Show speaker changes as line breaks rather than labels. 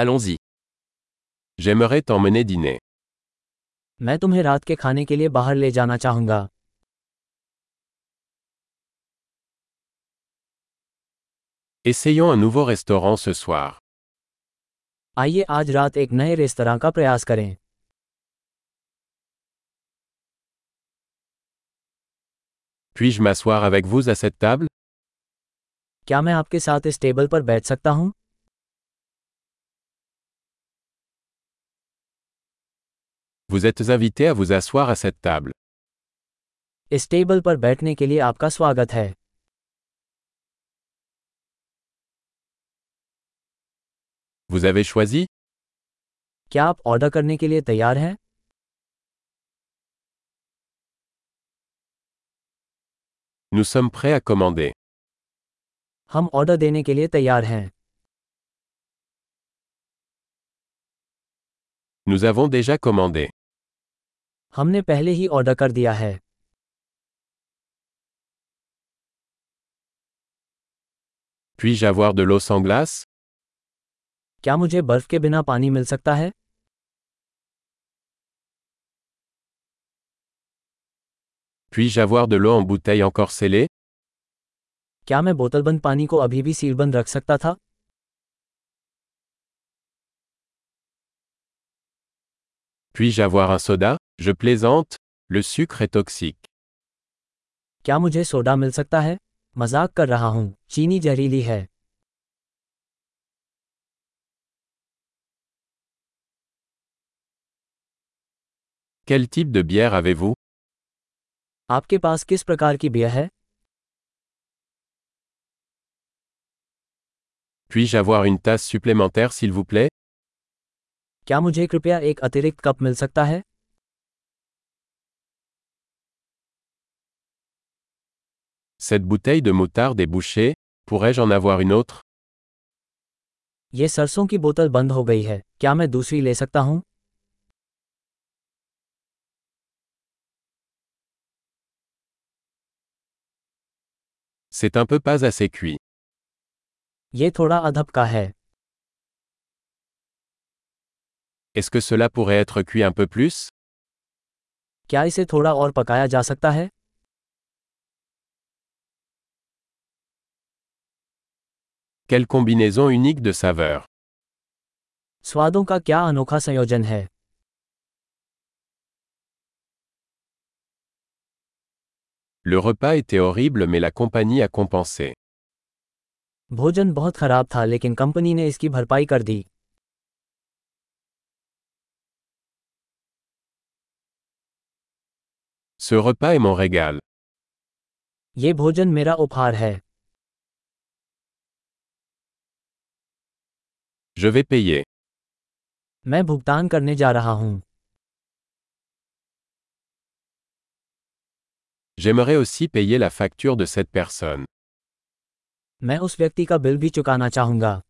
Allons-y. J'aimerais t'emmener dîner.
मैं तुम्हें रात के खाने के लिए बाहर ले जाना चाहूंगा
Essayons un nouveau restaurant ce soir.
आइए आज रात एक नए रेस्तरा का प्रयास करें
Puis-je m'asseoir avec vous à cette table
क्या मैं आपके साथ इस टेबल पर बैठ सकता हूँ
Vous êtes invité à vous asseoir à cette table.
इस टेबल पर बैठने के लिए आपका स्वागत है
Vous avez choisi
क्या आप ऑर्डर करने के लिए तैयार हैं
Nous sommes prêts à commander.
हम ऑर्डर देने के लिए तैयार हैं
Nous avons déjà commandé.
हमने पहले ही ऑर्डर कर दिया है
Puis-je avoir de l'eau sans glace
क्या मुझे बर्फ के बिना पानी मिल सकता है
Puis-je avoir de l'eau en bouteille encore scellée
क्या मैं बोतलबंद पानी को अभी भी सीलबंद रख सकता था
Puis-je avoir un soda Je plaisante. Le sucre est toxique.
क्या मुझे सोडा मिल सकता है मजाक कर रहा हूँ चीनी जहरीली है
Quel type de bière avez-vous
आपके पास किस प्रकार की बियर है
Puis-je avoir une tasse supplémentaire s'il vous plaît
क्या मुझे कृपया एक अतिरिक्त कप मिल सकता है
Cette bouteille de moutarde est bouchée. Pourrais-je en avoir une autre
ये सरसों की बोतल बंद हो गई है क्या मैं दूसरी ले सकता हूँ
C'est un peu pas assez cuit.
ये थोड़ा अधप का है
Est-ce que cela pourrait être cuit un peu plus
क्या इसे थोड़ा और पकाया जा सकता है
Quelle combinaison unique de saveurs
स्वादों का क्या अनोखा संयोजन है
Le repas était horrible mais la compagnie a compensé.
भोजन बहुत खराब था लेकिन कंपनी ने इसकी भरपाई कर दी
Ce repas est mon régal.
ये भोजन मेरा उपहार है
Je vais payer.
मैं भुगतान करने जा रहा हूँ
J'aimerais aussi payer la facture de cette personne.
मैं उस व्यक्ति का बिल भी चुकाना चाहूंगा